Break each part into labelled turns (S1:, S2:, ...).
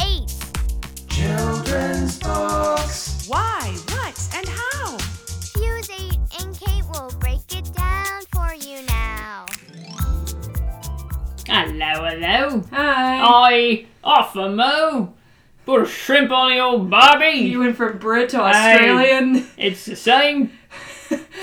S1: 8.
S2: Children's books.
S3: Why, what, and how?
S1: Fuse 8 and Kate will break it down for you now.
S4: Hello, hello.
S5: Hi.
S4: I offer mo. Put a shrimp on the old Bobby.
S5: You went from Brit to Australian.
S4: It's the same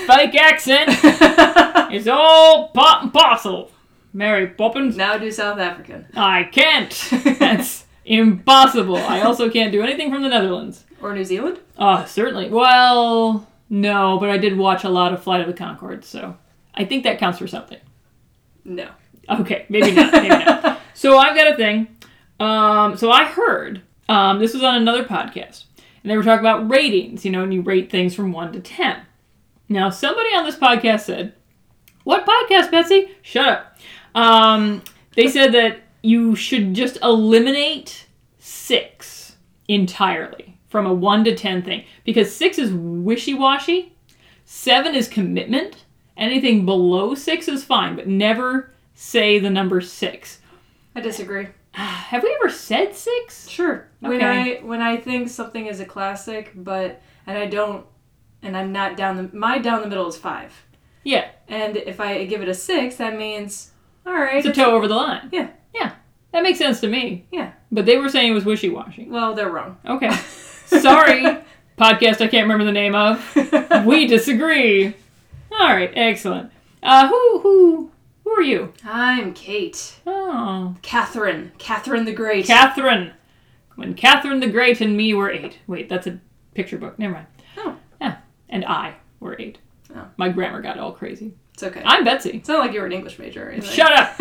S4: fake accent. It's all pot and parcel. Mary Poppins.
S5: now do South African.
S4: I can't. That's impossible. I also can't do anything from the Netherlands.
S5: Or New Zealand?
S4: Oh, certainly. Well, no, but I did watch a lot of Flight of the Concord, so I think that counts for something.
S5: No.
S4: Okay, maybe not. Maybe not. So I've got a thing. Um, so I heard um, this was on another podcast, and they were talking about ratings. You know, and you rate things from one to ten. Now, somebody on this podcast said, "What podcast, Betsy? Shut up." Um, they said that you should just eliminate six entirely from a one to ten thing because six is wishy-washy, seven is commitment. Anything below six is fine, but never say the number six.
S5: I disagree.
S4: Have we ever said six?
S5: Sure. When I
S4: Okay.
S5: when I think something is a classic, but and I don't and I'm not down the my down the middle is five.
S4: Yeah,
S5: And if I give it a six, that means alright.
S4: it's a toe over the line.
S5: Yeah.
S4: Yeah, that makes sense to me.
S5: Yeah.
S4: But they were saying it was wishy washy.
S5: Well, they're wrong.
S4: Okay. Sorry, podcast I can't remember the name of. We disagree. All right, excellent. Uh, who, who, who are you?
S5: I'm Kate.
S4: Oh,
S5: Catherine. Catherine the Great.
S4: Catherine. When Catherine the Great and me were eight. Wait, that's a picture book. Never mind.
S5: Oh.
S4: Yeah, and I were eight.
S5: Oh.
S4: My grammar got all crazy.
S5: it's okay.
S4: I'm Betsy.
S5: it's not like you were an English major or anything.
S4: Shut up.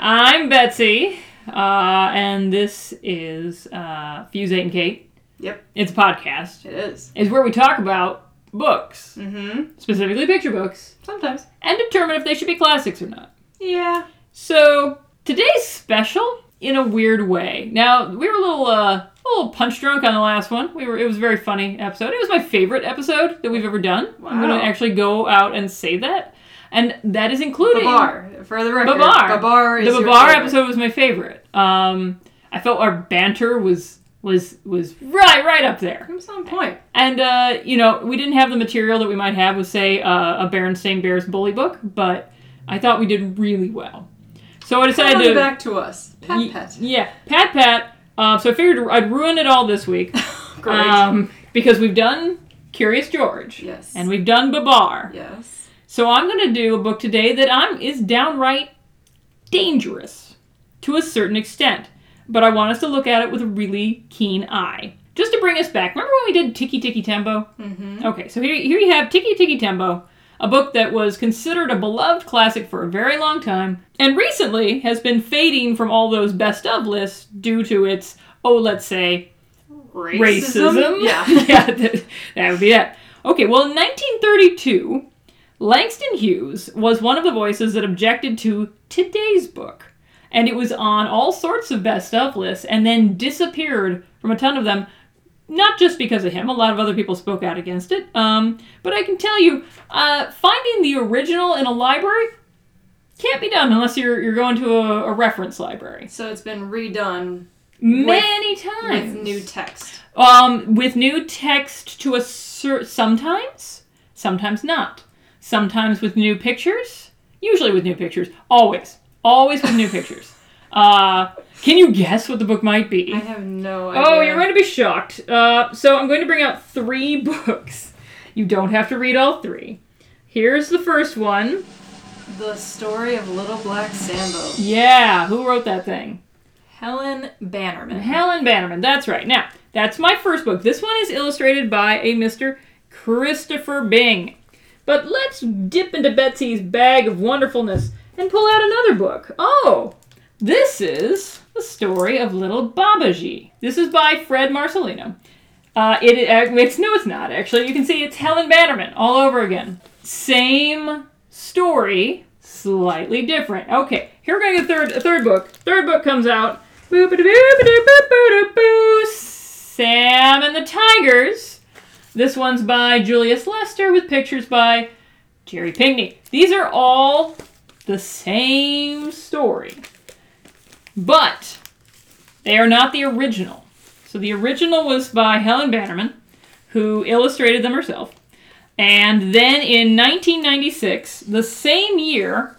S4: I'm Betsy, uh, and this is uh, Fuse 8 and Kate.
S5: Yep.
S4: It's a podcast.
S5: it is.
S4: It's where we talk about books,
S5: Mm-hmm.
S4: specifically picture books,
S5: Sometimes.
S4: and determine if they should be classics or not.
S5: Yeah.
S4: So, today's special in a weird way. Now, we were a little, uh, a little punch drunk on the last one. We were, it was a very funny episode. It was my favorite episode that we've ever done. I'm
S5: Wow.
S4: going to actually go out and say that. And that is including
S5: Babar, for the record.
S4: Babar.
S5: Babar is
S4: the
S5: your
S4: Babar
S5: favorite.
S4: episode was my favorite. Um, I felt our banter was was was right right up there,
S5: It was on point.
S4: and uh, you know we didn't have the material that we might have with say uh, a Berenstain Bears bully book, but I thought we did really well. So I
S5: Pat
S4: decided
S5: on the
S4: to
S5: back to us.
S4: y-
S5: Pat, pat.
S4: yeah pat pat. Uh, so I figured I'd ruin it all this week
S5: Great.
S4: um, because we've done Curious George,
S5: Yes.
S4: and we've done Babar.
S5: yes.
S4: So I'm going to do a book today that I'm is downright dangerous to a certain extent, but I want us to look at it with a really keen eye. Just to bring us back, remember when we did Tiki Tiki Tembo?
S5: Mm-hmm.
S4: Okay, so here, here you have Tiki Tiki Tembo, a book that was considered a beloved classic for a very long time, and recently has been fading from all those best of lists due to its, oh, let's say, racism.
S5: Yeah.
S4: yeah, that, that would be that. Okay, well, in 1932, Langston Hughes was one of the voices that objected to today's book, and it was on all sorts of best of lists and then disappeared from a ton of them. Not just because of him, a lot of other people spoke out against it. Um, but I can tell you, uh, finding the original in a library can't be done unless you're you're going to a, a reference library.
S5: So it's been redone
S4: Many times
S5: with new text.
S4: um, with new text to a cer- sometimes, sometimes not. Sometimes with new pictures, usually with new pictures. Always, always with new pictures. Uh, can you guess what the book might be?
S5: I have no idea.
S4: Oh, you're going to be shocked. Uh, so I'm going to bring out three books. You don't have to read all three. Here's the first one.
S5: The story of Little Black Sambo.
S4: Yeah, who wrote that thing?
S5: Helen Bannerman.
S4: Helen Bannerman. That's right. Now, that's my first book. This one is illustrated by a Mr. Christopher Bing. But let's dip into Betsy's bag of wonderfulness and pull out another book. Oh, this is The Story of Little Babaji. This is by Fred Marcelino. Uh, it, it it's no, it's not actually. You can see it's Helen Bannerman all over again. Same story, slightly different. Okay, here we're gonna get third a third book. Third book comes out. Boop boop boop boop Sam and the Tigers. This one's by Julius Lester with pictures by Jerry Pinkney. These are all the same story, but they are not the original. So the original was by Helen Bannerman, who illustrated them herself. And then in 1996, the same year,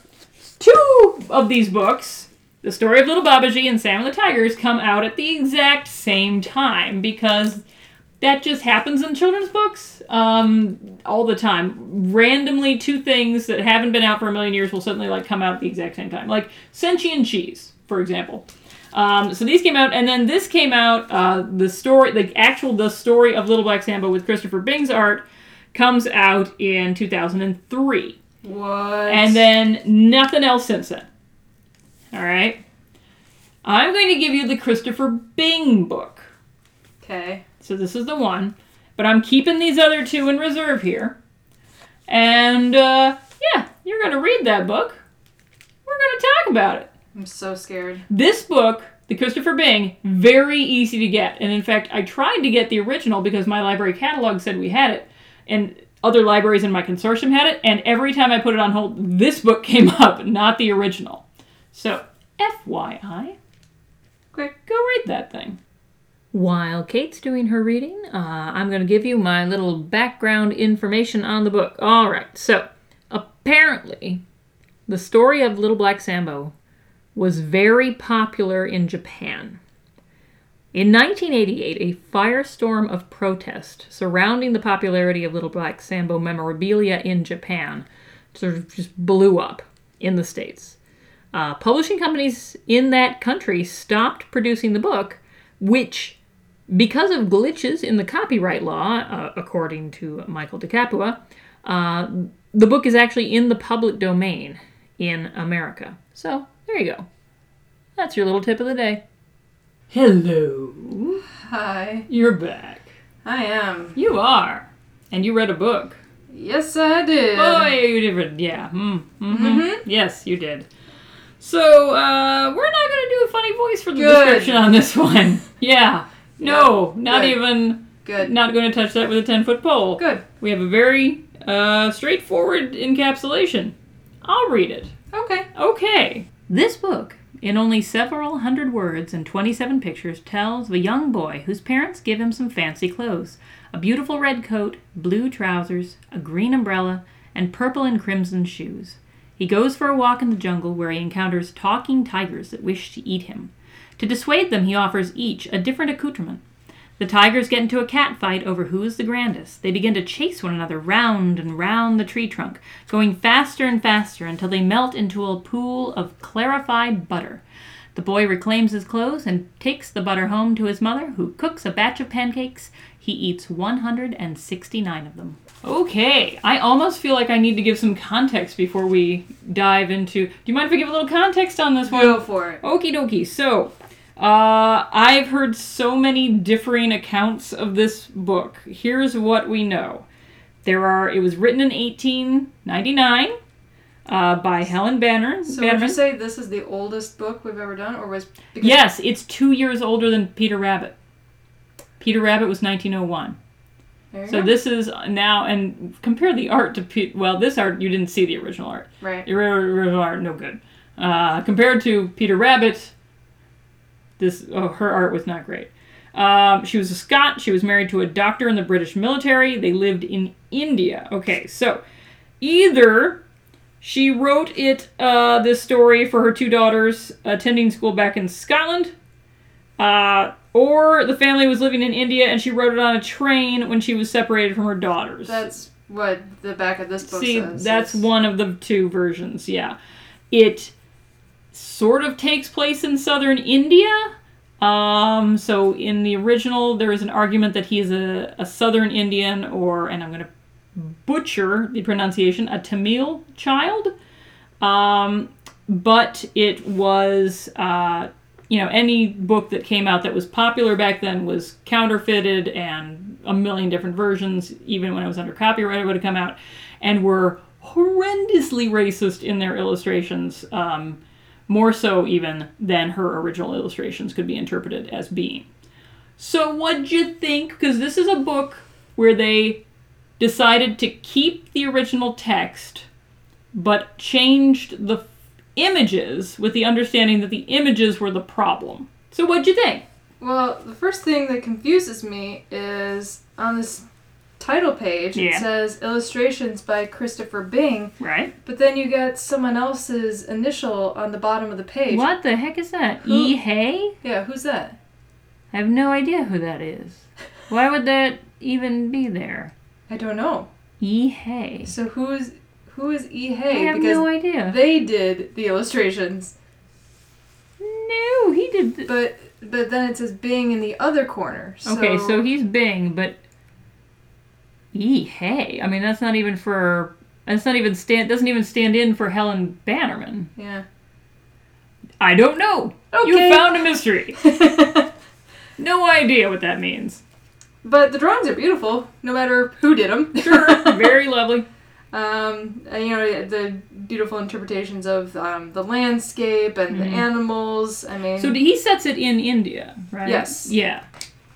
S4: two of these books, The Story of Little Babaji and Sam and the Tigers, come out at the exact same time because that just happens in children's books um, all the time. Randomly, two things that haven't been out for a million years will suddenly like come out at the exact same time, like Senchi and Cheese, for example. Um, so these came out, and then this came out. Uh, the story, the actual the story of Little Black Sambo with Christopher Bing's art comes out in 2003,
S5: What?
S4: Mm-hmm. and then nothing else since then. All right, I'm going to give you the Christopher Bing book.
S5: okay,
S4: So this is the one, but I'm keeping these other two in reserve here, and uh, yeah, you're going to read that book. We're going to talk about it.
S5: I'm so scared.
S4: This book, the Christopher Bing, very easy to get. And in fact, I tried to get the original because my library catalog said we had it, and other libraries in my consortium had it. And every time I put it on hold, this book came up, not the original. So, FYI,
S5: Quick.
S4: go read that thing. While Kate's doing her reading, uh, I'm going to give you my little background information on the book. All right, so apparently, the story of Little Black Sambo was very popular in Japan. In 1988, a firestorm of protest surrounding the popularity of Little Black Sambo memorabilia in Japan sort of just blew up in the States. Uh, publishing companies in that country stopped producing the book, which, because of glitches in the copyright law, uh, according to Michael DeCapua, uh, the book is actually in the public domain in America. So there you go. That's your little tip of the day. Hello.
S5: Hi.
S4: You're back.
S5: I am.
S4: You are. And you read a book.
S5: Yes, I did.
S4: Oh, yeah, you did. read- Yeah. Mm, hmm Yes, you did. So, uh, we're not going to do a funny voice for the
S5: Good.
S4: description on this one. Yeah. No, not
S5: Good.
S4: even.
S5: Good.
S4: Not going to touch that with a 10 foot pole.
S5: Good.
S4: We have a very uh, straightforward encapsulation. I'll read it.
S5: Okay.
S4: Okay. This book, in only several hundred words and 27 pictures, tells of a young boy whose parents give him some fancy clothes a beautiful red coat, blue trousers, a green umbrella, and purple and crimson shoes. He goes for a walk in the jungle where he encounters talking tigers that wish to eat him. To dissuade them, he offers each a different accoutrement. The tigers get into a cat fight over who is the grandest. They begin to chase one another round and round the tree trunk, going faster and faster until they melt into a pool of clarified butter. The boy reclaims his clothes and takes the butter home to his mother, who cooks a batch of pancakes. He eats 169 of them. Okay, I almost feel like I need to give some context before we dive into. Do you mind if we give a little context on this one?
S5: Go for it.
S4: Okie dokie. So, uh, I've heard so many differing accounts of this book. Here's what we know. There are. It was written in 1899 uh, by Helen Banner.
S5: So would
S4: Bannerman.
S5: you say this is the oldest book we've ever done, or was? Because
S4: yes, it's two years older than Peter Rabbit. Peter Rabbit was 1901.
S5: There you
S4: So
S5: go.
S4: this is now, and compare the art to Pete. Well, this art you didn't see the original art.
S5: Right.
S4: Original art no good. Uh, compared to Peter Rabbit, this oh, her art was not great. Um, she was a Scot. She was married to a doctor in the British military. They lived in India. Okay, so either she wrote it uh, this story for her two daughters attending school back in Scotland, uh, or the family was living in India and she wrote it on a train when she was separated from her daughters.
S5: That's what the back of this book
S4: See,
S5: says.
S4: that's
S5: It's-
S4: one of the two versions, yeah. It sort of takes place in southern India. Um, so in the original, there is an argument that he is a, a southern Indian or, and I'm going to butcher the pronunciation, a Tamil child. Um, but it was uh, you know, any book that came out that was popular back then was counterfeited and a million different versions, even when it was under copyright, it would have come out, and were horrendously racist in their illustrations, um, more so even than her original illustrations could be interpreted as being. So, what'd you think? Because this is a book where they decided to keep the original text but changed the f- images with the understanding that the images were the problem. So what'd you think?
S5: Well, the first thing that confuses me is on this title page
S4: Yeah.
S5: it says illustrations by Christopher Bing,
S4: Right?
S5: but then you got someone else's initial on the bottom of the page.
S4: What the heck is that?
S5: Who-
S4: E. Hay?
S5: Yeah, who's that?
S4: I have no idea who that is. Why would that even be there?
S5: I don't know.
S4: E. Hay.
S5: So who is who is E
S4: I
S5: Hay?
S4: have
S5: Because
S4: no idea.
S5: they did the illustrations,
S4: No, he did. th-
S5: but but then it says Bing in the other corner. So,
S4: okay, so he's Bing, but E. Hay. I mean, that's not even for. That's not even stand. Doesn't even stand in for Helen Bannerman.
S5: yeah.
S4: I don't know. You
S5: Okay.
S4: found a mystery. No idea what that means.
S5: but the drawings are beautiful, no matter who did them.
S4: Sure, very lovely.
S5: um, and, you know the beautiful interpretations of um, the landscape and the animals. I mean,
S4: Mm-hmm. So he sets it in India, right?
S5: Yes.
S4: Yeah.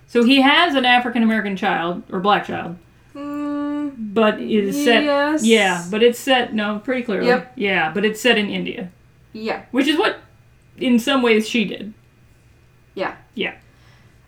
S4: So he has an African American child or black child,
S5: mm,
S4: but it is set.
S5: Yes.
S4: Yeah, but it's set. No, pretty clearly.
S5: Yep.
S4: Yeah, but it's set in India,
S5: yeah,
S4: which is what, in some ways, she did.
S5: yeah,
S4: Yeah.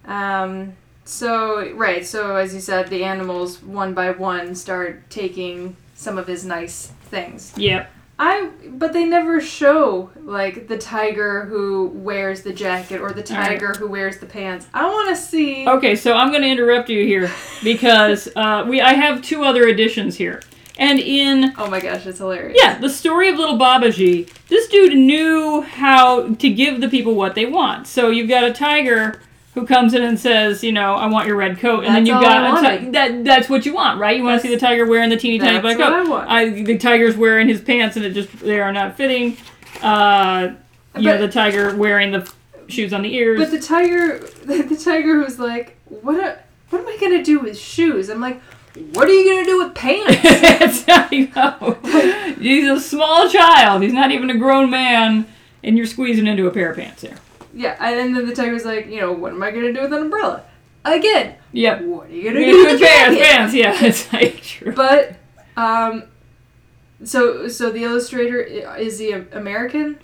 S5: Um, so right, so as you said, the animals one by one start taking some of his nice things.
S4: Yep.
S5: I but they never show like the tiger who wears the jacket or the
S4: right. Oh.
S5: tiger who wears the pants. I want to see.
S4: Okay, so I'm going to interrupt you here because uh, we I have two other editions here, and in
S5: Oh my gosh, it's hilarious.
S4: Yeah, the story of Little Babaji. This dude knew how to give the people what they want. So you've got a tiger who comes in and says, you know, I want your red coat, and then
S5: That's
S4: you've
S5: all I
S4: got a ti-
S5: wanted.
S4: that. That's what you want, right? You want to see the tiger wearing the teeny tiny
S5: That's
S4: black
S5: what
S4: coat.
S5: I want.
S4: the tiger's wearing his pants, and it just they are not fitting. Uh, you know,
S5: But-
S4: the tiger wearing the shoes on the ears.
S5: But the tiger, the tiger who's like, what? A, what am I gonna do with shoes? I'm like, what are you gonna do with
S4: That's
S5: pants?
S4: how you know. He's a small child. He's not even a grown man, and you're squeezing into a pair of pants there.
S5: yeah, and then the tiger's like, you know, what am I gonna do with an umbrella? Again,
S4: Yep.
S5: what are you gonna do
S4: Pants,
S5: with a jacket?
S4: pants, yeah, it's like true.
S5: But, um, so so the illustrator i- is he a- American?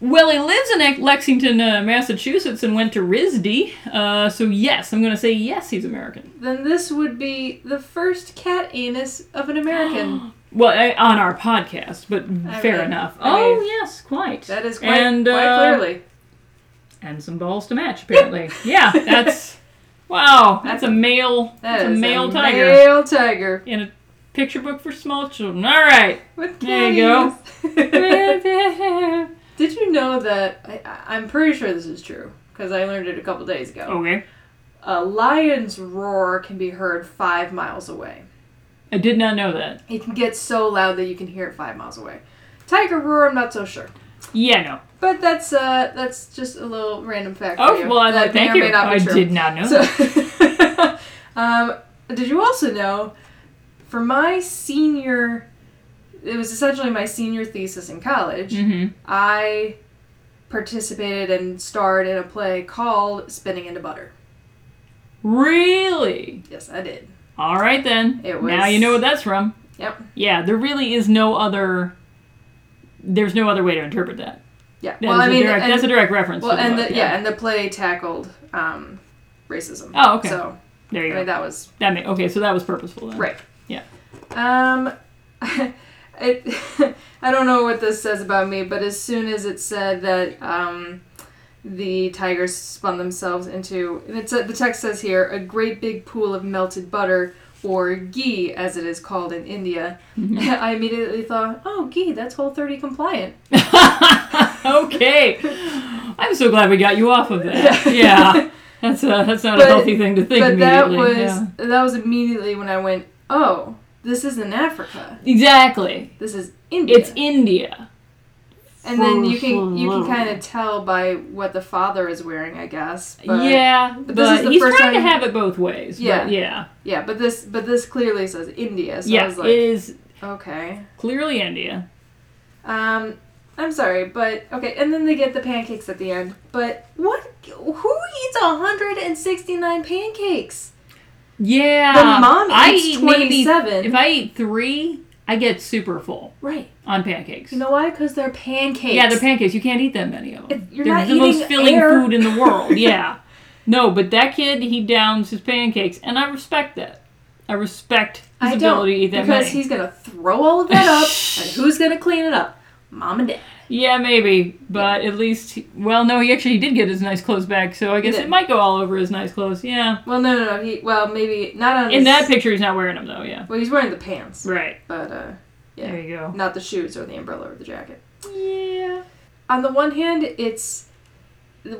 S4: well, he lives in Ex- Lexington, uh, Massachusetts, and went to RISD. Uh, so yes, I'm going to say yes, he's American.
S5: Then this would be the first cat anus of an American.
S4: Well, I, on our podcast, but fair
S5: mean-
S4: enough.
S5: I
S4: oh
S5: mean,
S4: yes, quite.
S5: that is quite,
S4: and,
S5: quite
S4: uh,
S5: clearly.
S4: and some balls to match, apparently. yeah, that's wow. That's a male.
S5: That
S4: that's a
S5: is
S4: male tiger
S5: Male tiger.
S4: in a picture book for small children. All right.
S5: With
S4: There you go.
S5: cat anus.
S4: okay.
S5: Did you know that? I, I- I'm pretty sure this is true because I learned it a couple days ago. A lion's roar can be heard five miles away.
S4: I did not know that.
S5: It can get so loud that you can hear it five miles away. Tiger roar, I'm not so sure.
S4: Yeah, no.
S5: But that's uh, that's just a little random fact. for
S4: Oh
S5: you
S4: well, I
S5: that
S4: like,
S5: may
S4: thank
S5: or
S4: you.
S5: may not be
S4: I
S5: true.
S4: did not know. that.
S5: So, um, did you also know for my senior, it was essentially my senior thesis in college,
S4: Mhm.
S5: I participated and starred in a play called Spinning into Butter.
S4: Really?
S5: Yes, I did.
S4: All right then.
S5: It
S4: Now
S5: was-
S4: you know what that's from.
S5: Yep.
S4: Yeah, there really is no other. There's no other way to interpret that.
S5: Yeah.
S4: That's,
S5: well, I mean,
S4: a, direct,
S5: and,
S4: that's a direct reference.
S5: well,
S4: to
S5: and
S4: book,
S5: the, yeah, and the play tackled um, racism.
S4: Oh, okay.
S5: So
S4: There
S5: I
S4: you
S5: mean,
S4: go.
S5: that was
S4: That ma- okay, so that was purposeful then.
S5: Right.
S4: Yeah.
S5: Um, it, I don't know what this says about me, but as soon as it said that um, the tigers spun themselves into, and it said, the text says here, a great big pool of melted butter, or ghee as it is called in India,
S4: Mm-hmm.
S5: I immediately thought, oh, ghee, that's Whole 30 compliant.
S4: okay. I'm so glad we got you off of that. Yeah. That's a, that's not
S5: But-
S4: a healthy thing to think
S5: but that
S4: immediately.
S5: was
S4: yeah.
S5: that was immediately when I went, oh, this isn't Africa,
S4: Exactly.
S5: this is India.
S4: It's India.
S5: And then you can you can kind of tell by what the father is wearing, I guess. But,
S4: yeah, but,
S5: but this is the
S4: he's
S5: first
S4: trying to
S5: time-
S4: have it both ways. Yeah,
S5: Yeah.
S4: yeah,
S5: Yeah, but this but this clearly says India. So I
S4: yeah.
S5: was like,
S4: it is
S5: okay.
S4: clearly India.
S5: Um, I'm sorry, but okay. And then they get the pancakes at the end. But what? Who eats 169 pancakes?
S4: Yeah,
S5: The mom
S4: I
S5: eats
S4: eat maybe-
S5: 27.
S4: If I eat three, I get super full
S5: Right.
S4: on pancakes.
S5: You know why? Because they're pancakes.
S4: Yeah, they're pancakes. You can't eat that many of them.
S5: If you're
S4: they're
S5: not
S4: the most
S5: eating
S4: filling
S5: air-
S4: food in the world. Yeah. No, but that kid, he downs his pancakes, and I respect that. I respect his
S5: I don't
S4: ability to eat that
S5: because
S4: many.
S5: he's gonna throw all of that up, and who's gonna clean it up? Mom and dad.
S4: Yeah, maybe, but at least, he- well, no, he actually did get his nice clothes back, so I guess it
S5: did.
S4: might go all over his nice clothes. Yeah.
S5: Well, no, no, no. He well, maybe not on
S4: In
S5: his-
S4: that picture, he's not wearing them though. Yeah.
S5: Well, he's wearing the pants,
S4: Right.
S5: but uh, yeah,
S4: There you go.
S5: not the shoes or the umbrella or the jacket.
S4: Yeah.
S5: On the one hand, it's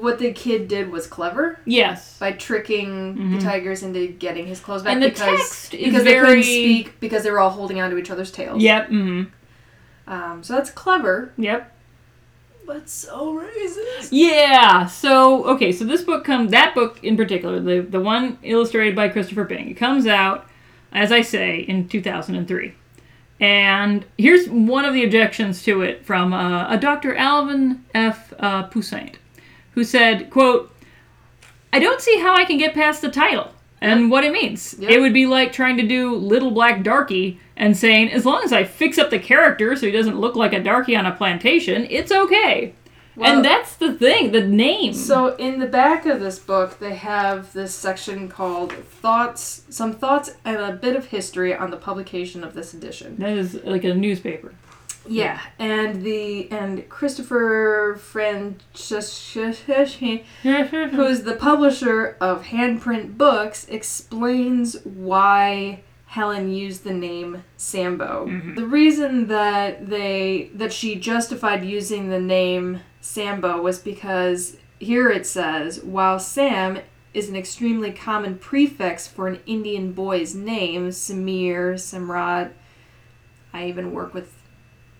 S5: what the kid did was clever
S4: Yes.
S5: by tricking the tigers into getting his clothes back
S4: Mm-hmm. And the
S5: because
S4: text is
S5: because they
S4: very-
S5: couldn't speak because they were all holding on to each other's tails.
S4: Yep. hmm
S5: Um, so that's clever,
S4: Yep.
S5: but so racist.
S4: Yeah. So okay. So this book comes. That book in particular, the the one illustrated by Christopher Bing, it comes out, as I say, in two thousand and three. And here's one of the objections to it from uh, a Dr. Alvin F. Uh, Poussaint, who said, "quote I don't see how I can get past the title and what it means.
S5: Yep.
S4: It would be like trying to do Little Black Darky and saying, as long as I fix up the character so he doesn't look like a darky on a plantation, it's okay."
S5: Well-
S4: and that's the thing, the name.
S5: So in the back of this book, they have this section called "Thoughts," some thoughts and a bit of history on the publication of this edition.
S4: that is like a newspaper.
S5: Yeah, and the and Christopher Franceschi,
S4: Mm-hmm.
S5: who's the publisher of Handprint Books, explains why Helen used the name Sambo. The reason that they that she justified using the name Sambo was because here it says while Sam is an extremely common prefix for an Indian boy's name, Samir, Samrat. I even work with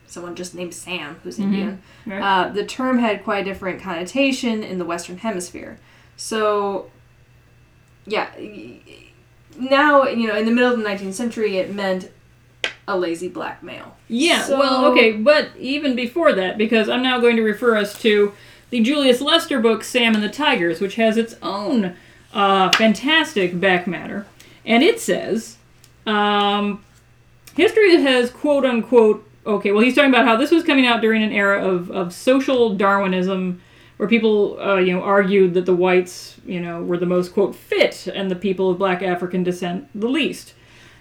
S5: someone just named Sam who's Indian.
S4: Right.
S5: Uh, the term had quite a different connotation in the Western Hemisphere. So, yeah, y- y- now, you know, in the middle of the 19th century, it meant a lazy black male.
S4: Yeah,
S5: So-
S4: well, okay, but even before that, because I'm now going to refer us to the Julius Lester book, Sam and the Tigers, which has its own uh, fantastic back matter. And it says, um, history has quote unquote, okay, well, he's talking about how this was coming out during an era of, of social Darwinism where people, uh, you know, argued that the whites, you know, were the most, quote, fit and the people of black African descent the least.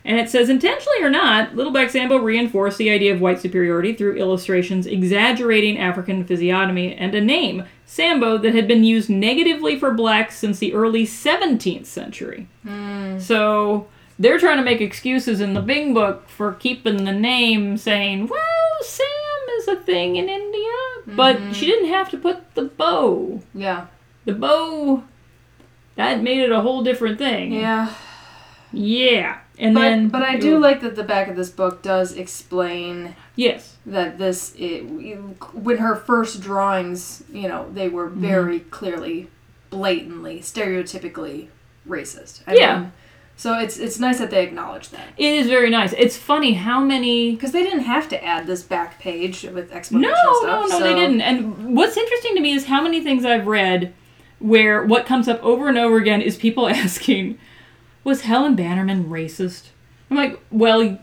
S4: And it says, intentionally or not, Littleback Sambo reinforced the idea of white superiority through illustrations exaggerating African physiognomy and a name, Sambo, that had been used negatively for blacks since the early 17th century.
S5: Hmm.
S4: So they're trying to make excuses in the Bing book for keeping the name, saying, well, Sam is a thing in India,
S5: Mm-hmm.
S4: but she didn't have to put the bow.
S5: Yeah.
S4: The bow, that made it a whole different thing.
S5: Yeah.
S4: Yeah. And
S5: But,
S4: then.
S5: but I do
S4: Ooh.
S5: like that the back of this book does explain
S4: Yes.
S5: that this, it, when her first drawings, you know, they were
S4: Mm-hmm.
S5: very clearly, blatantly, stereotypically racist. I
S4: Yeah.
S5: mean, so it's it's nice that they acknowledge that.
S4: It is very nice. It's funny how many.
S5: Because they didn't have to add this back page with
S4: No,
S5: explanation and
S4: no, no,
S5: stuff. so-
S4: they didn't. And what's interesting to me is how many things I've read where what comes up over and over again is people asking, "Was Helen Bannerman racist?" I'm like, "Well,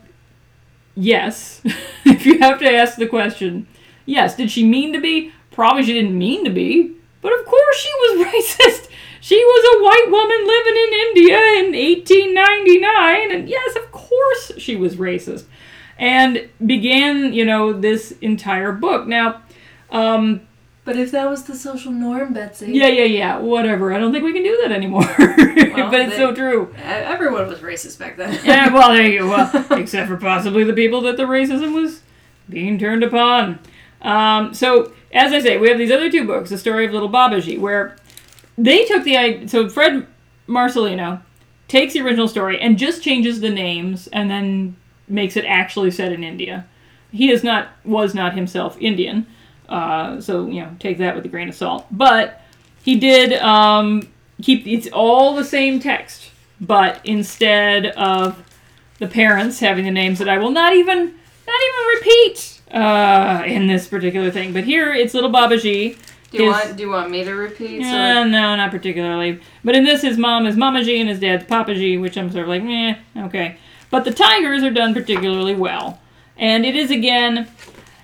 S4: yes. if you have to ask the question, yes. Did she mean to be? Probably she didn't mean to be. But of course she was racist. She was a white woman living in India in 1899, and yes, of course she was racist." and began, you know, this entire book. Now, um,
S5: But if that was the social norm, Betsy,
S4: yeah, yeah, yeah, whatever. I don't think we can do that anymore. but it's so
S5: they-
S4: true.
S5: e- everyone was racist back then.
S4: Yeah, well, there you go. Well, except for possibly the people that the racism was being turned upon. Um, so, as I say, we have these other two books, The Story of Little Babaji, where they took the idea. So, Fred Marcelino takes the original story and just changes the names and then makes it actually set in India. He is not was not himself Indian. Uh, so you know, take that with a grain of salt. But he did um, keep it's all the same text, but instead of the parents having the names that I will not even not even repeat uh, in this particular thing. But here it's little Babaji.
S5: Do you
S4: his-
S5: want Do you want me to repeat? So,
S4: uh, no, not particularly. But in this, his mom is Mama G and his dad's Papa G, which I'm sort of like, meh, okay. But the Tigers are done particularly well. And it is, again,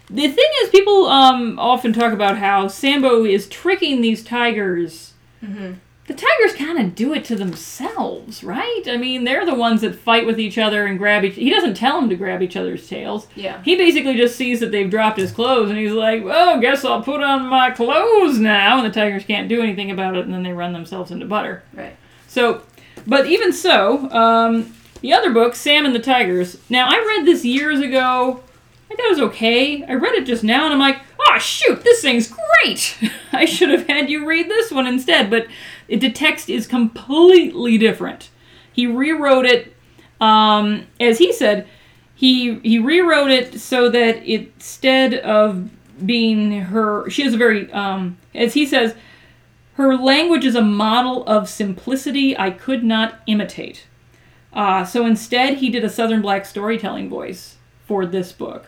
S4: the thing is, people um, often talk about how Sambo is tricking these Tigers. The Tigers kind of do it to themselves, right? I mean, they're the ones that fight with each other and grab each. He doesn't tell them to grab each other's tails.
S5: Yeah.
S4: He basically just sees that they've dropped his clothes and he's like, "Oh, guess I'll put on my clothes now." And the Tigers can't do anything about it, and then they run themselves into butter.
S5: right.
S4: So, but even so, um, the other book, Sam and the Tigers. Now, I read this years ago. I thought it was okay. I read it just now, and I'm like, oh shoot, this thing's great. I should have had you read this one instead. But it, the text is completely different. He rewrote it, um, as he said. He he rewrote it so that it- instead of being her, she has a very, um, as he says, her language is a model of simplicity I could not imitate. Uh, so instead, he did a Southern Black storytelling voice for this book.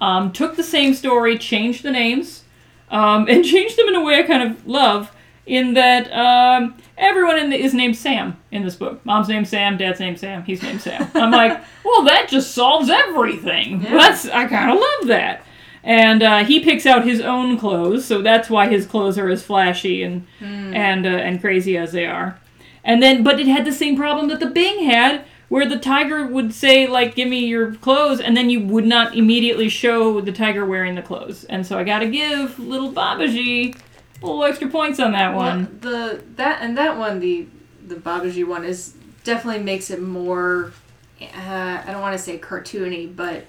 S4: Um, took the same story, changed the names, um, and changed them in a way I kind of love. In that um, everyone in the, is named Sam in this book. Mom's named Sam, Dad's named Sam, he's named Sam. I'm like, well, that just solves everything. That's I kind of love that. And uh, he picks out his own clothes, so that's why his clothes are as flashy and and uh, and crazy as they are. And then, but it had the same problem that the Bing had, where the tiger would say, like, give me your clothes, and then you would not immediately show the tiger wearing the clothes. And so I gotta give little Babaji a little extra points on that
S5: Well,
S4: one.
S5: the that and that one the the Babaji one is definitely makes it more. Uh, I don't want to say cartoony, but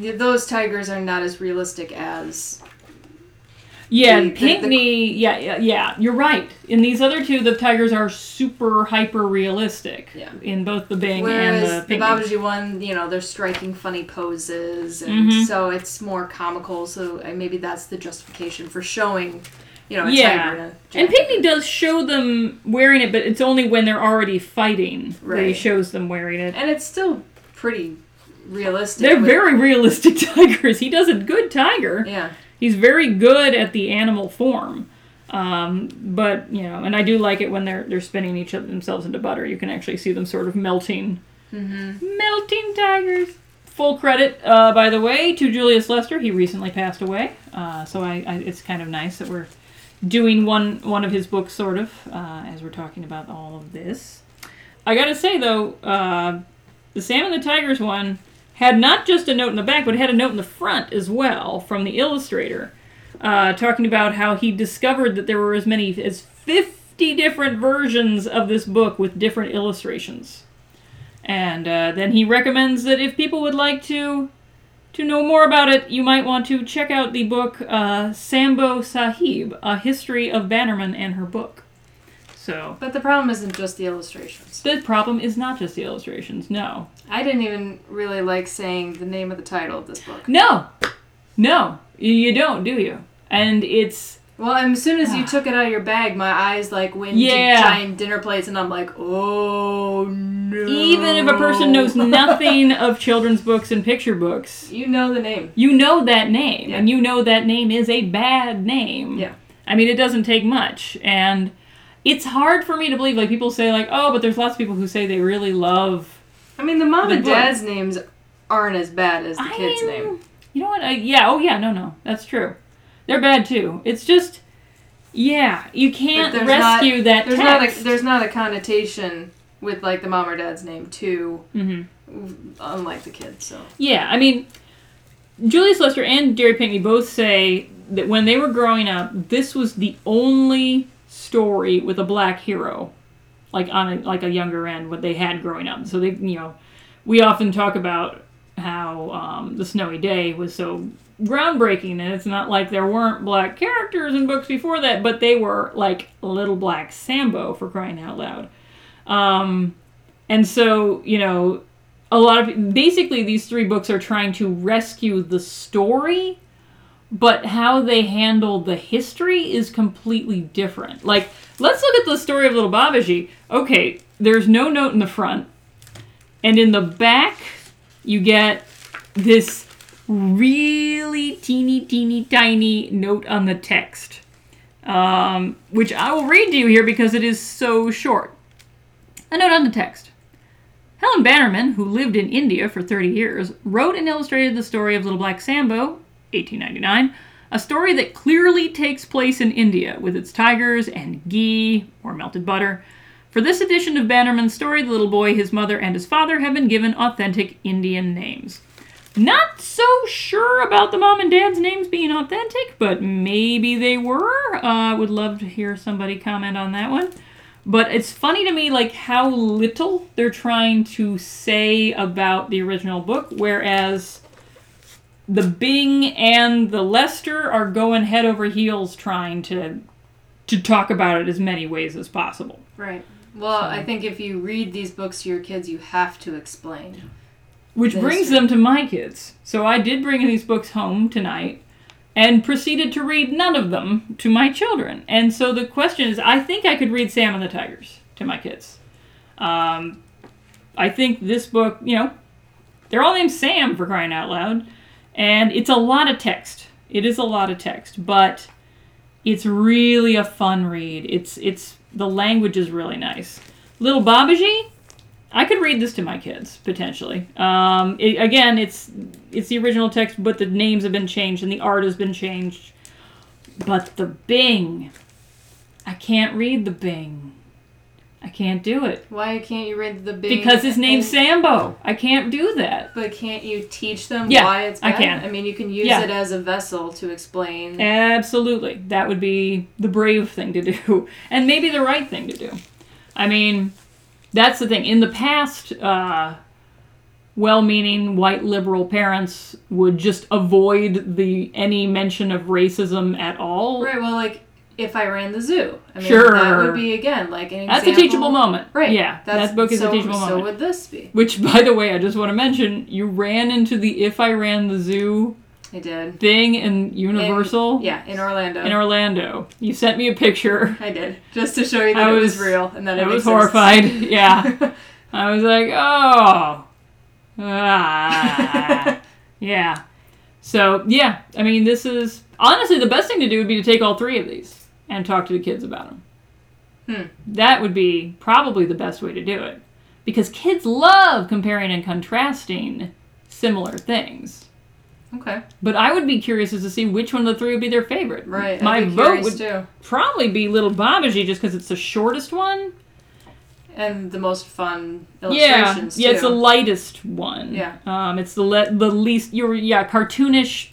S5: th- those tigers are not as realistic as
S4: Yeah,
S5: the- the- the-
S4: Pinckney, yeah, yeah, yeah, you're right. In these other two, the tigers are super hyper realistic
S5: Yeah.
S4: in both the Bing and
S5: Whereas
S4: the
S5: the,
S4: Pinckney.
S5: Babaji one, you know, they're striking funny poses, and
S4: Mm-hmm.
S5: so it's more comical. So uh, maybe that's the justification for showing, you know, a
S4: Yeah.
S5: tiger. in a
S4: And
S5: jacket.
S4: Pinckney does show them wearing it, but it's only when they're already fighting that he
S5: Right.
S4: shows them wearing it.
S5: and it's still pretty realistic.
S4: They're
S5: with-
S4: very realistic tigers. He does a good tiger.
S5: yeah.
S4: He's very good at the animal form. Um, but you know, and I do like it when they're they're spinning each other themselves into butter. You can actually see them sort of melting, melting tigers. Full credit, uh, by the way, to Julius Lester. He recently passed away, uh, so I, I it's kind of nice that we're doing one one of his books, sort of, uh, as we're talking about all of this. I gotta say though, uh, the Sam and the Tigers one had not just a note in the back, but it had a note in the front as well from the illustrator, uh, talking about how he discovered that there were as many as 50 different versions of this book with different illustrations. And uh, then he recommends that if people would like to to know more about it, you might want to check out the book uh, Sambo Sahib: A History of Bannerman and Her Book. So
S5: But the problem isn't just the illustrations.
S4: the problem is not just the illustrations. No,
S5: I didn't even really like saying the name of the title of this book.
S4: No, no, you- you don't, do you? And it's
S5: Well, and as soon as you took it out of your bag, my eyes like went to
S4: Yeah.
S5: giant dinner plates, and I'm like, oh no.
S4: even if a person knows nothing of children's books and picture books,
S5: you know the name.
S4: you know that name,
S5: Yeah.
S4: and you know that name is a bad name.
S5: Yeah.
S4: I mean, it doesn't take much, and it's hard for me to believe. Like people say, like, oh, but there's lots of people who say they really love
S5: I mean, the mom
S4: The
S5: and
S4: book.
S5: dad's names aren't as bad as the
S4: I
S5: kid's
S4: mean,
S5: name.
S4: You know what? I, yeah. Oh, yeah. No, no. That's true. They're bad too. It's just, yeah, you can't
S5: there's
S4: rescue
S5: not,
S4: that
S5: there's
S4: text.
S5: Not a, there's not a connotation with like the mom or dad's name too,
S4: Mhm.
S5: unlike the kid. So
S4: Yeah, I mean, Julius Lester and Jerry Pinkney both say that when they were growing up, this was the only story with a black hero, like on a, like a younger end, what they had growing up. So they, you know, we often talk about how um, the Snowy Day was so groundbreaking, and it's not like there weren't black characters in books before that, but they were like Little Black Sambo for crying out loud. Um, and so, you know, a lot of basically these three books are trying to rescue the story but how they handle the history is completely different. Like, let's look at the story of Little Babaji. Okay, there's no note in the front, and in the back, you get this really teeny, teeny, tiny note on the text, um, which I will read to you here because it is so short. A note on the text. Helen Bannerman, who lived in India for 30 years, wrote and illustrated the story of Little Black Sambo, 1899, a story that clearly takes place in India with its tigers and ghee, or melted butter. For this edition of Bannerman's story, the little boy, his mother, and his father have been given authentic Indian names. Not so sure about the mom and dad's names being authentic, but maybe they were. I would love to hear somebody comment on that one. But it's funny to me, like how little they're trying to say about the original book, whereas the Bing and the Lester are going head over heels trying to to talk about it as many ways as possible.
S5: Right. Well, I think if you read these books to your kids, you have to explain.
S4: Which
S5: That is
S4: brings
S5: true.
S4: them to my kids. So I did bring these books home tonight and proceeded to read none of them to my children. And so the question is I think I could read Sam and the Tigers to my kids. Um, I think this book, you know, they're all named Sam for crying out loud. And it's a lot of text. It is a lot of text, but it's really a fun read. It's it's the language is really nice. Little Babaji, I could read this to my kids potentially. Um, it, again, it's it's the original text, but the names have been changed and the art has been changed. But the Bing, I can't read the Bing. I can't do it
S5: Why can't you read the big?
S4: because his name's
S5: and-
S4: Sambo. I can't do that.
S5: But can't you teach them
S4: Yeah,
S5: why it's
S4: I
S5: bad?
S4: can.
S5: I mean, you can use
S4: Yeah.
S5: it as a vessel to explain.
S4: Absolutely. That would be the brave thing to do, and maybe the right thing to do. I mean, that's the thing. In the past, uh, well meaning white liberal parents would just avoid the any mention of racism at all.
S5: Right. Well, like if I ran the zoo, I mean,
S4: Sure.
S5: that would be again like an
S4: That's
S5: example.
S4: a teachable moment.
S5: Right.
S4: Yeah.
S5: That's,
S4: that book is
S5: so-
S4: a teachable
S5: So
S4: moment.
S5: would this be?
S4: Which, by the way, I just want to mention you ran into the If I Ran the Zoo
S5: I did.
S4: thing in
S5: In-
S4: Universal
S5: yeah, in Orlando.
S4: in Orlando. You sent me a picture.
S5: I did just to show you
S4: I
S5: that it was
S4: was-
S5: real and that
S4: I
S5: it
S4: was
S5: exists.
S4: horrified. Yeah. I was like, oh. Ah. yeah. So, yeah. I mean, this is honestly the best thing to do would be to take all three of these and talk to the kids about them.
S5: Hmm.
S4: That would be probably the best way to do it because kids love comparing and contrasting similar things.
S5: okay.
S4: But I would be curious as to see which one of the three would be their favorite.
S5: Right. I'd
S4: My
S5: be
S4: vote
S5: curious,
S4: would
S5: too.
S4: probably be Little Babaji just because it's the shortest one.
S5: and the most fun
S4: yeah,
S5: illustrations.
S4: yeah, it's
S5: too.
S4: the lightest one.
S5: Yeah.
S4: um, it's the le- the least. Your yeah, cartoonish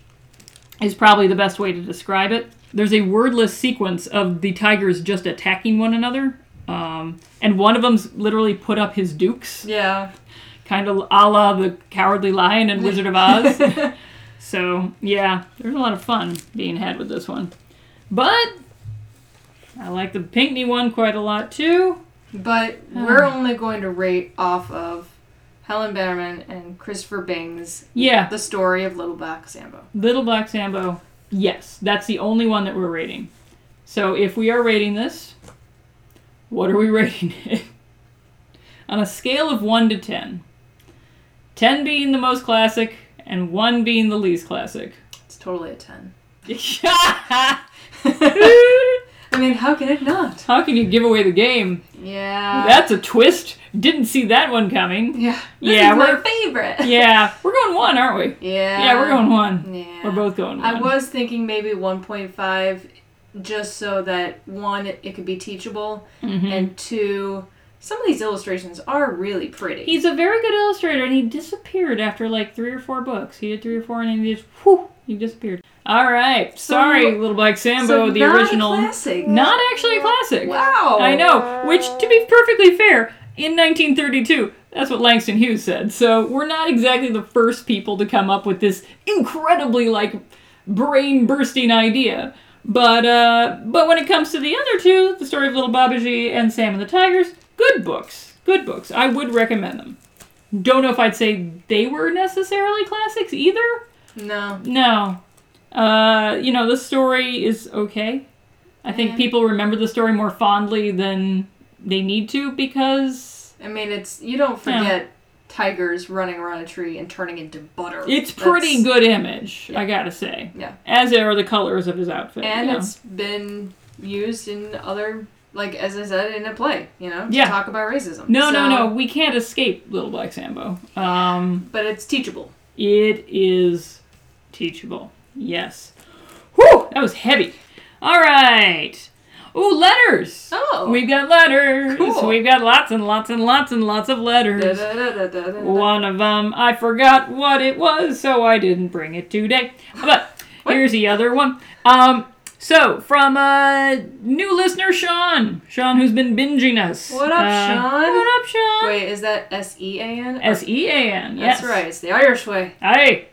S4: is probably the best way to describe it. There's a wordless sequence of the tigers just attacking one another, um, and one of them's literally put up his dukes,
S5: yeah.
S4: kind of a la the Cowardly Lion and Wizard of Oz. so yeah, there's a lot of fun being had with this one, but I like the Pinkney one quite a lot too.
S5: But
S4: Hmm.
S5: we're only going to rate off of Helen Bannerman and Christopher Bing's
S4: Yeah,
S5: The Story of Little Black Sambo.
S4: Little Black Sambo, yes, that's the only one that we're rating. So if we are rating this, what are we rating it? On a scale of 1 to 10, 10 being the most classic and 1 being the least classic.
S5: It's totally a 10.
S4: How
S5: I mean, how can it not?
S4: can you give away the game?
S5: Yeah.
S4: That's a twist. Didn't see that one coming.
S5: yeah. This
S4: Yeah,
S5: is
S4: we're-
S5: my favorite.
S4: Yeah, we're going 1, aren't we?
S5: Yeah.
S4: Yeah, we're going 1.
S5: Yeah.
S4: We're both going 1.
S5: I was thinking maybe 1.5 just so that one it, it could be teachable
S4: Mm-hmm.
S5: and two some of these illustrations are really pretty.
S4: He's a very good illustrator, and he disappeared after like three or four books. He did three or four, and then he just whew, he disappeared. All right, sorry, Little Black Sambo,
S5: so
S4: the
S5: not a
S4: original,
S5: classic.
S4: not actually a classic.
S5: Wow.
S4: I know. Which, to be perfectly fair, in 1932, that's what Langston Hughes said. So we're not exactly the first people to come up with this incredibly like brain bursting idea. But uh, but when it comes to the other two, the story of Little Babaji and Sam and the Tigers, good books, good books. I would recommend them. Don't know if I'd say they were necessarily classics either.
S5: No.
S4: No. Uh, you know, the story is okay. I think
S5: Yeah.
S4: people remember the story more fondly than they need to because
S5: I mean, it's you don't forget tigers running around a tree and turning into butter.
S4: it's pretty
S5: That's-
S4: good image, I gotta say.
S5: Yeah.
S4: As are the colors of his outfit.
S5: and
S4: yeah.
S5: it's been used in other, like as I said, in a play. You know, to
S4: Yeah.
S5: talk about racism.
S4: no, no,
S5: So-
S4: no. We can't escape Little Black Sambo. Um,
S5: But it's teachable.
S4: It is teachable. Yes. Whew, that was heavy. All right. Ooh, letters.
S5: Oh.
S4: We've got letters.
S5: Cool.
S4: We've got lots and lots and lots and lots of letters.
S5: Da-da-da-da-da-da.
S4: One of them, I forgot what it was, so I didn't bring it today. But here's the other one. Um, so from uh, new listener Sean, Sean who's been binging us.
S5: What up,
S4: Uh,
S5: Sean?
S4: What up, Sean?
S5: Wait, is that S E A N?
S4: S E A N. Yes,
S5: That's right. It's the Irish way.
S4: Hey,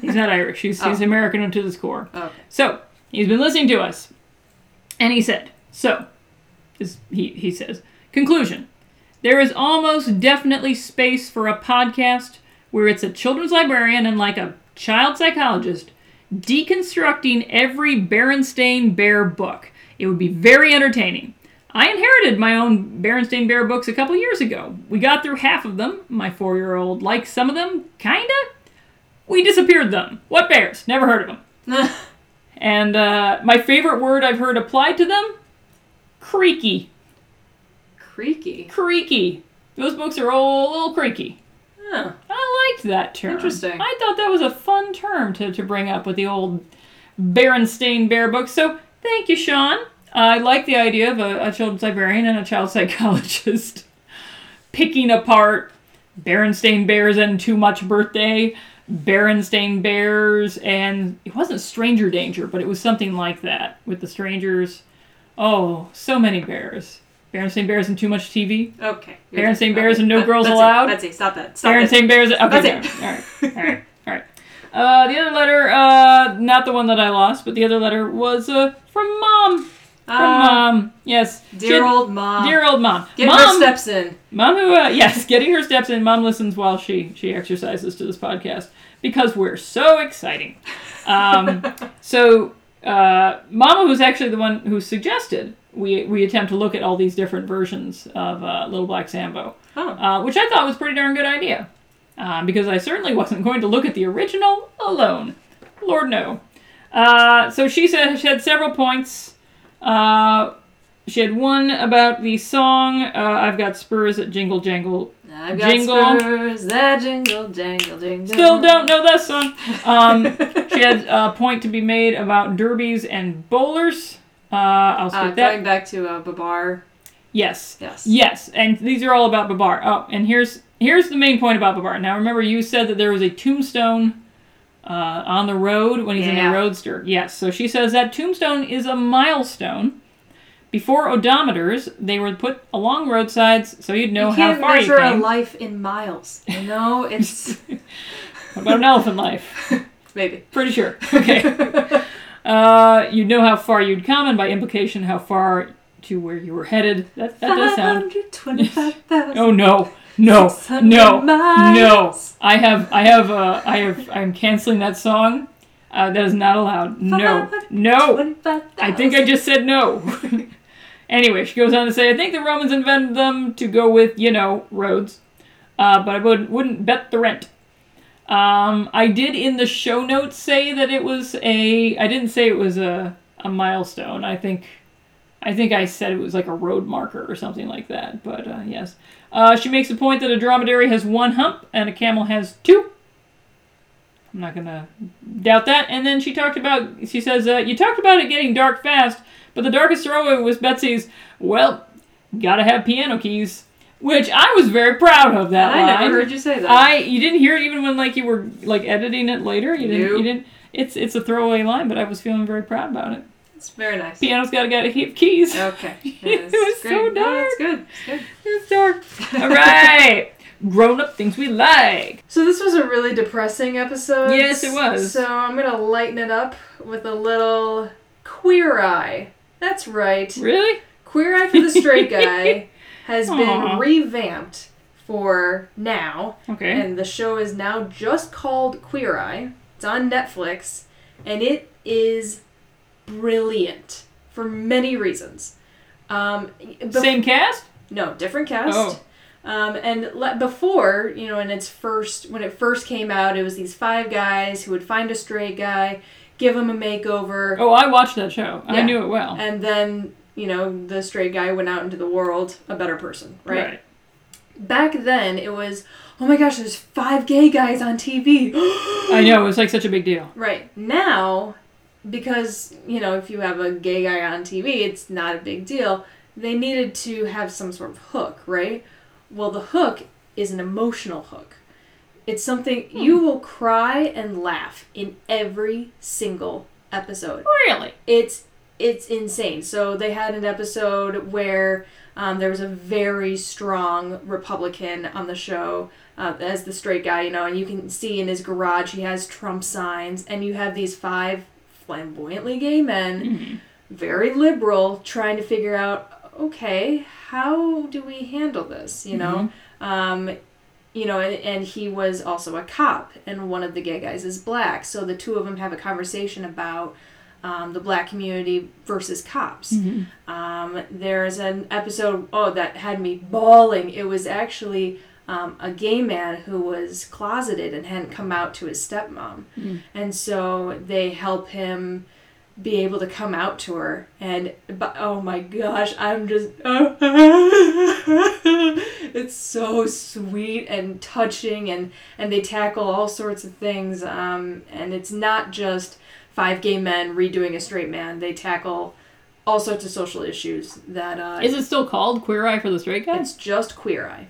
S4: he's not Irish. He's,
S5: Oh.
S4: he's American to the core.
S5: Okay.
S4: So he's been listening to us, and he said, "So," this, he he says, "Conclusion: There is almost definitely space for a podcast where it's a children's librarian and like a child psychologist deconstructing every Berenstain Bear book. It would be very entertaining." I inherited my own Berenstain Bear books a couple years ago. We got through half of them. My four year old likes some of them, kinda. We disappeared them. What bears? Never heard of them. And uh, my favorite word I've heard applied to them? Creaky.
S5: Creaky.
S4: Creaky. Those books are all a little creaky.
S5: Huh.
S4: I liked that term.
S5: Interesting.
S4: I thought that was a fun term to, to bring up with the old Berenstain Bear books. So thank you, Sean. I like the idea of a, a children's librarian and a child psychologist picking apart Berenstain Bears and Too Much Birthday, Berenstain Bears, and it wasn't Stranger Danger, but it was something like that with the strangers. Oh, so many bears. Berenstain Bears and Too Much TV.
S5: Okay.
S4: Parents
S5: You're-
S4: ain't bears
S5: okay.
S4: and no
S5: That-
S4: girls
S5: that's it.
S4: allowed?
S5: That's it. Stop that. Stop
S4: Parents
S5: that.
S4: and bears. Okay,
S5: That's
S4: there.
S5: it.
S4: All right, all right, all right. Uh, the other letter, uh, not the one that I lost, but the other letter was uh, from mom. From
S5: Ah,
S4: mom, yes. She
S5: dear
S4: had-
S5: old mom.
S4: dear old mom.
S5: Get
S4: mom,
S5: her steps in.
S4: mom who, uh, yes, getting her steps in. Mom listens while she she exercises to this podcast because we're so exciting. Um, so, uh, Mama, who's actually the one who suggested we we attempt to look at all these different versions of uh, Little Black Sambo
S5: Oh.
S4: uh, which I thought was a pretty darn good idea. Um, because I certainly wasn't going to look at the original alone. Lord, no. Uh, so she said she had several points. Uh, she had one about the song, uh, I've Got Spurs at Jingle Jangle.
S5: I've got
S4: Jingle.
S5: spurs that jingle, jangle, jingle.
S4: Still don't know that song. Um, she had a point to be made about derbies and bowlers. Uh, I'll skip
S5: Uh,
S4: that.
S5: going back to uh, Babar.
S4: Yes.
S5: Yes.
S4: Yes, and these are all about Babar. Oh, and here's here's the main point about Babar. Now remember, you said that there was a tombstone uh, on the road when he's in
S5: Yeah.
S4: the roadster. Yes. So she says that tombstone is a milestone. Before odometers, they were put along roadsides so you'd know
S5: you
S4: how
S5: can't
S4: far you
S5: measure a
S4: came.
S5: life in miles. You know, it's
S4: How about an elephant life?
S5: maybe.
S4: Pretty sure. Okay. uh, you'd know how far you'd come, and by implication, how far to where you were headed. That that does sound
S5: 525,000.
S4: Oh no, no,
S5: 600
S4: no, no!
S5: miles.
S4: I have, I have, uh, I have, I'm canceling that song. Uh, that is not allowed. No, no.
S5: 25,000.
S4: Oh. I think I just said no. anyway, she goes on to say, I think the Romans invented them to go with, you know, roads. Uh, but I would, wouldn't bet the rent. Um, I did in the show notes say that it was a. I didn't say it was a a milestone. I think, I think I said it was like a road marker or something like that. But uh, yes, uh, she makes the point that a dromedary has one hump and a camel has two. I'm not gonna doubt that. And then she talked about. She says uh, you talked about it getting dark fast, but the darkest throwaway was Betsy's. Well, gotta have piano keys, which I was very proud of. That
S5: I
S4: line.
S5: never heard you say that.
S4: I you didn't hear it even when like you were like editing it later. You didn't. You
S5: Nope.
S4: didn't. It's it's a throwaway line, but I was feeling very proud about it.
S5: it's very nice.
S4: Piano's got to get a heap keys.
S5: Okay. Yeah,
S4: It
S5: that's
S4: was
S5: great.
S4: so
S5: No,
S4: dark.
S5: it's good. It's good.
S4: It's dark. All right, grown up things we like.
S5: So this was a really depressing episode.
S4: Yes, it was.
S5: So I'm gonna lighten it up with a little queer eye. That's right.
S4: Really?
S5: Queer Eye for the Straight Guy has
S4: Aw.
S5: been revamped for now,
S4: Okay.
S5: and the show is now just called Queer Eye. It's on Netflix, and it is brilliant for many reasons. Um, bef-
S4: Same cast?
S5: No, different cast.
S4: Oh.
S5: Um, and le- before, you know, in its first, when it first came out, it was these five guys who would find a stray guy, give him a makeover,
S4: Oh, I watched that show. I
S5: Yeah.
S4: knew it well.
S5: and then, you know, the stray guy went out into the world a better person, right? Back then, it was, oh my gosh, there's five gay guys on TV.
S4: I know, it was like such a big deal.
S5: Right. Now, because, you know, if you have a gay guy on TV, it's not a big deal. They needed to have some sort of hook, right? Well, the hook is an emotional hook. It's something you will cry and laugh in every single episode
S4: Really?
S5: it's it's insane. So they had an episode where um, there was a very strong Republican on the show uh, as the straight guy, you know, and you can see in his garage he has Trump signs, and you have these five flamboyantly gay men, very liberal, trying to figure out, okay, how do we handle this, you know? Um, you know, and, and he was also a cop, and one of the gay guys is black. So the two of them have a conversation about um, the black community versus cops. Um, there's an episode, oh, that had me bawling. It was actually um, a gay man who was closeted and hadn't come out to his stepmom. And so they help him be able to come out to her and but oh my gosh i'm just it's so sweet and touching and and they tackle all sorts of things um and it's not just five gay men redoing a straight man they tackle all sorts of social issues that uh
S4: Is it still called Queer Eye for the Straight Guy?
S5: it's just queer eye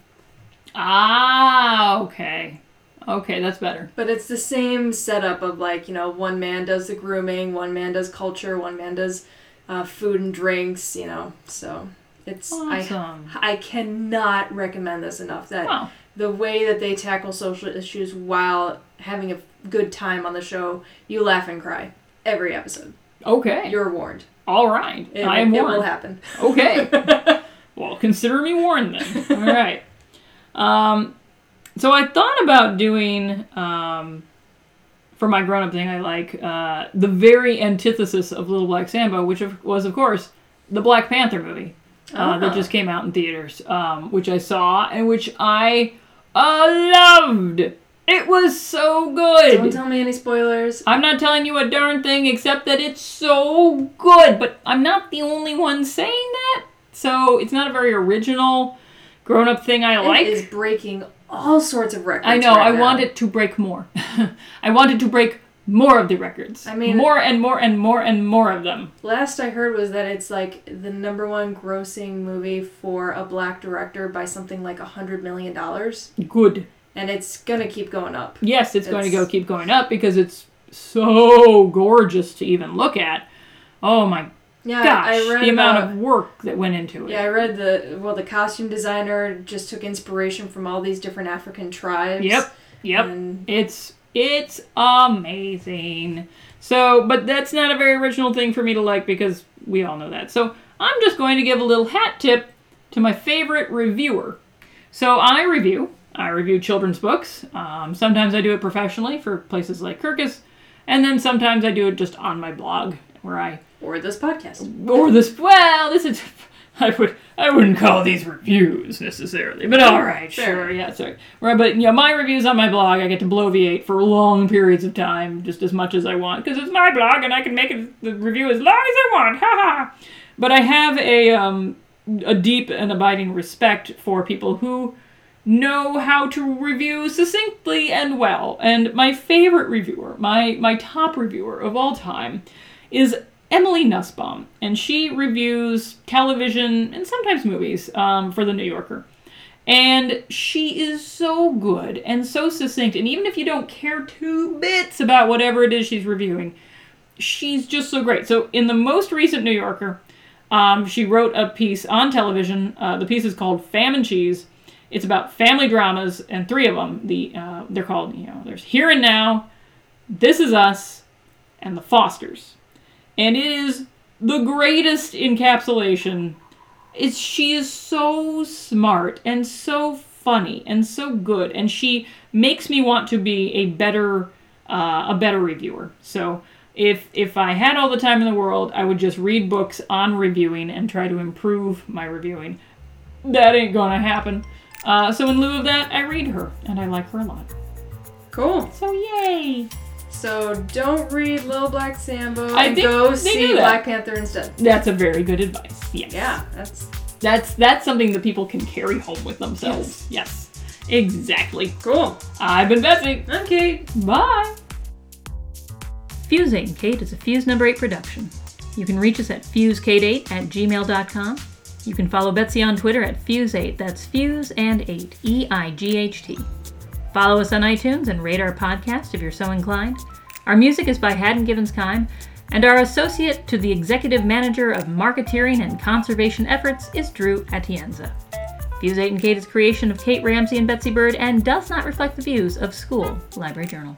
S4: Ah, okay. Okay, that's better.
S5: But it's the same setup of like, you know, one man does the grooming, one man does culture, one man does uh, food and drinks, you know. So it's
S4: Awesome.
S5: I I cannot recommend this enough that
S4: Wow.
S5: the way that they tackle social issues while having a good time on the show, you laugh and cry every episode.
S4: Okay.
S5: You're warned.
S4: All right.
S5: It,
S4: I am
S5: it will
S4: warned.
S5: happen.
S4: Okay. well, consider me warned then. All right. Um, so I thought about doing um, for my grown-up thing. I like uh, the very antithesis of Little Black Sambo, which of, was, of course, the Black Panther movie uh, that just came out in theaters, um, which I saw and which I uh, loved. It was so good.
S5: Don't tell me any spoilers.
S4: I'm not telling you a darn thing except that it's so good, but I'm not the only one saying that. So it's not a very original grown up thing I like.
S5: it is breaking all sorts of records.
S4: I know,
S5: right
S4: I
S5: now.
S4: want it to break more. I want it to break more of the records.
S5: I mean-
S4: more and more and more and more of them.
S5: Last I heard was that it's like the number one grossing movie for a black director by something like a hundred million dollars,
S4: Good.
S5: and it's gonna keep going up.
S4: Yes, it's, going to go
S5: It's-
S4: keep going up because it's so gorgeous to even look at. Oh my
S5: Yeah,
S4: gosh,
S5: I read
S4: the amount
S5: about-
S4: of work that went into it.
S5: yeah, I read the well, the costume designer just took inspiration from all these different African tribes.
S4: Yep. Yep.
S5: And-
S4: It's it's amazing. So, but that's not a very original thing for me to like because we all know that. So, I'm just going to give a little hat tip to my favorite reviewer. So, I review. I review children's books. Um, sometimes I do it professionally for places like Kirkus, and then sometimes I do it just on my blog where I
S5: Or this podcast.
S4: or this well this is I would I wouldn't call these reviews necessarily, but all right,
S5: Fair.
S4: sure, yeah, sorry. Right, but you know, my reviews on my blog, I get to bloviate for long periods of time, just as much as I want, because it's my blog and I can make it, the review as long as I want, haha. But I have a um, a deep and abiding respect for people who know how to review succinctly and well. And my favorite reviewer, my my top reviewer of all time, is Emily Nussbaum, and she reviews television and sometimes movies um, for the New Yorker. And she is so good and so succinct. And even if you don't care two bits about whatever it is she's reviewing, she's just so great. So, in the most recent New Yorker, um, she wrote a piece on television. Uh, the piece is called Famine Cheese. It's about family dramas, and three of them. The uh, they're called you know there's Here and Now, This Is Us, and The Fosters. And it is the greatest encapsulation. It's she is so smart and so funny and so good, and she makes me want to be a better uh, a better reviewer. So If if I had all the time in the world, I would just read books on reviewing and try to improve my reviewing. That ain't gonna happen. Uh, so in lieu of that, I read her, and I like her a lot.
S5: Cool.
S4: So yay!
S5: So don't read Little Black Sambo
S4: I
S5: and
S4: think
S5: go
S4: they
S5: see
S4: do that.
S5: Black Panther instead.
S4: That's a very good advice. Yes.
S5: Yeah, that's
S4: That's that's something that people can carry home with themselves. Yes. Exactly.
S5: cool.
S4: I've been Betsy.
S5: I'm Kate.
S4: Bye. Fusing Kate is a Fuse Number 8 production. You can reach us at fusekate8 at gmail.com. You can follow Betsy on Twitter at fuse8, that's fuse and 8, E I G H T. Follow us on iTunes and rate our podcast if you're so inclined. Our music is by Haddon Givens Kime, and our associate to the executive manager of marketeering and conservation efforts is Drew Atienza. Fuse 8 and Kate is a creation of Kate Ramsey and Betsy Bird and does not reflect the views of School Library Journal.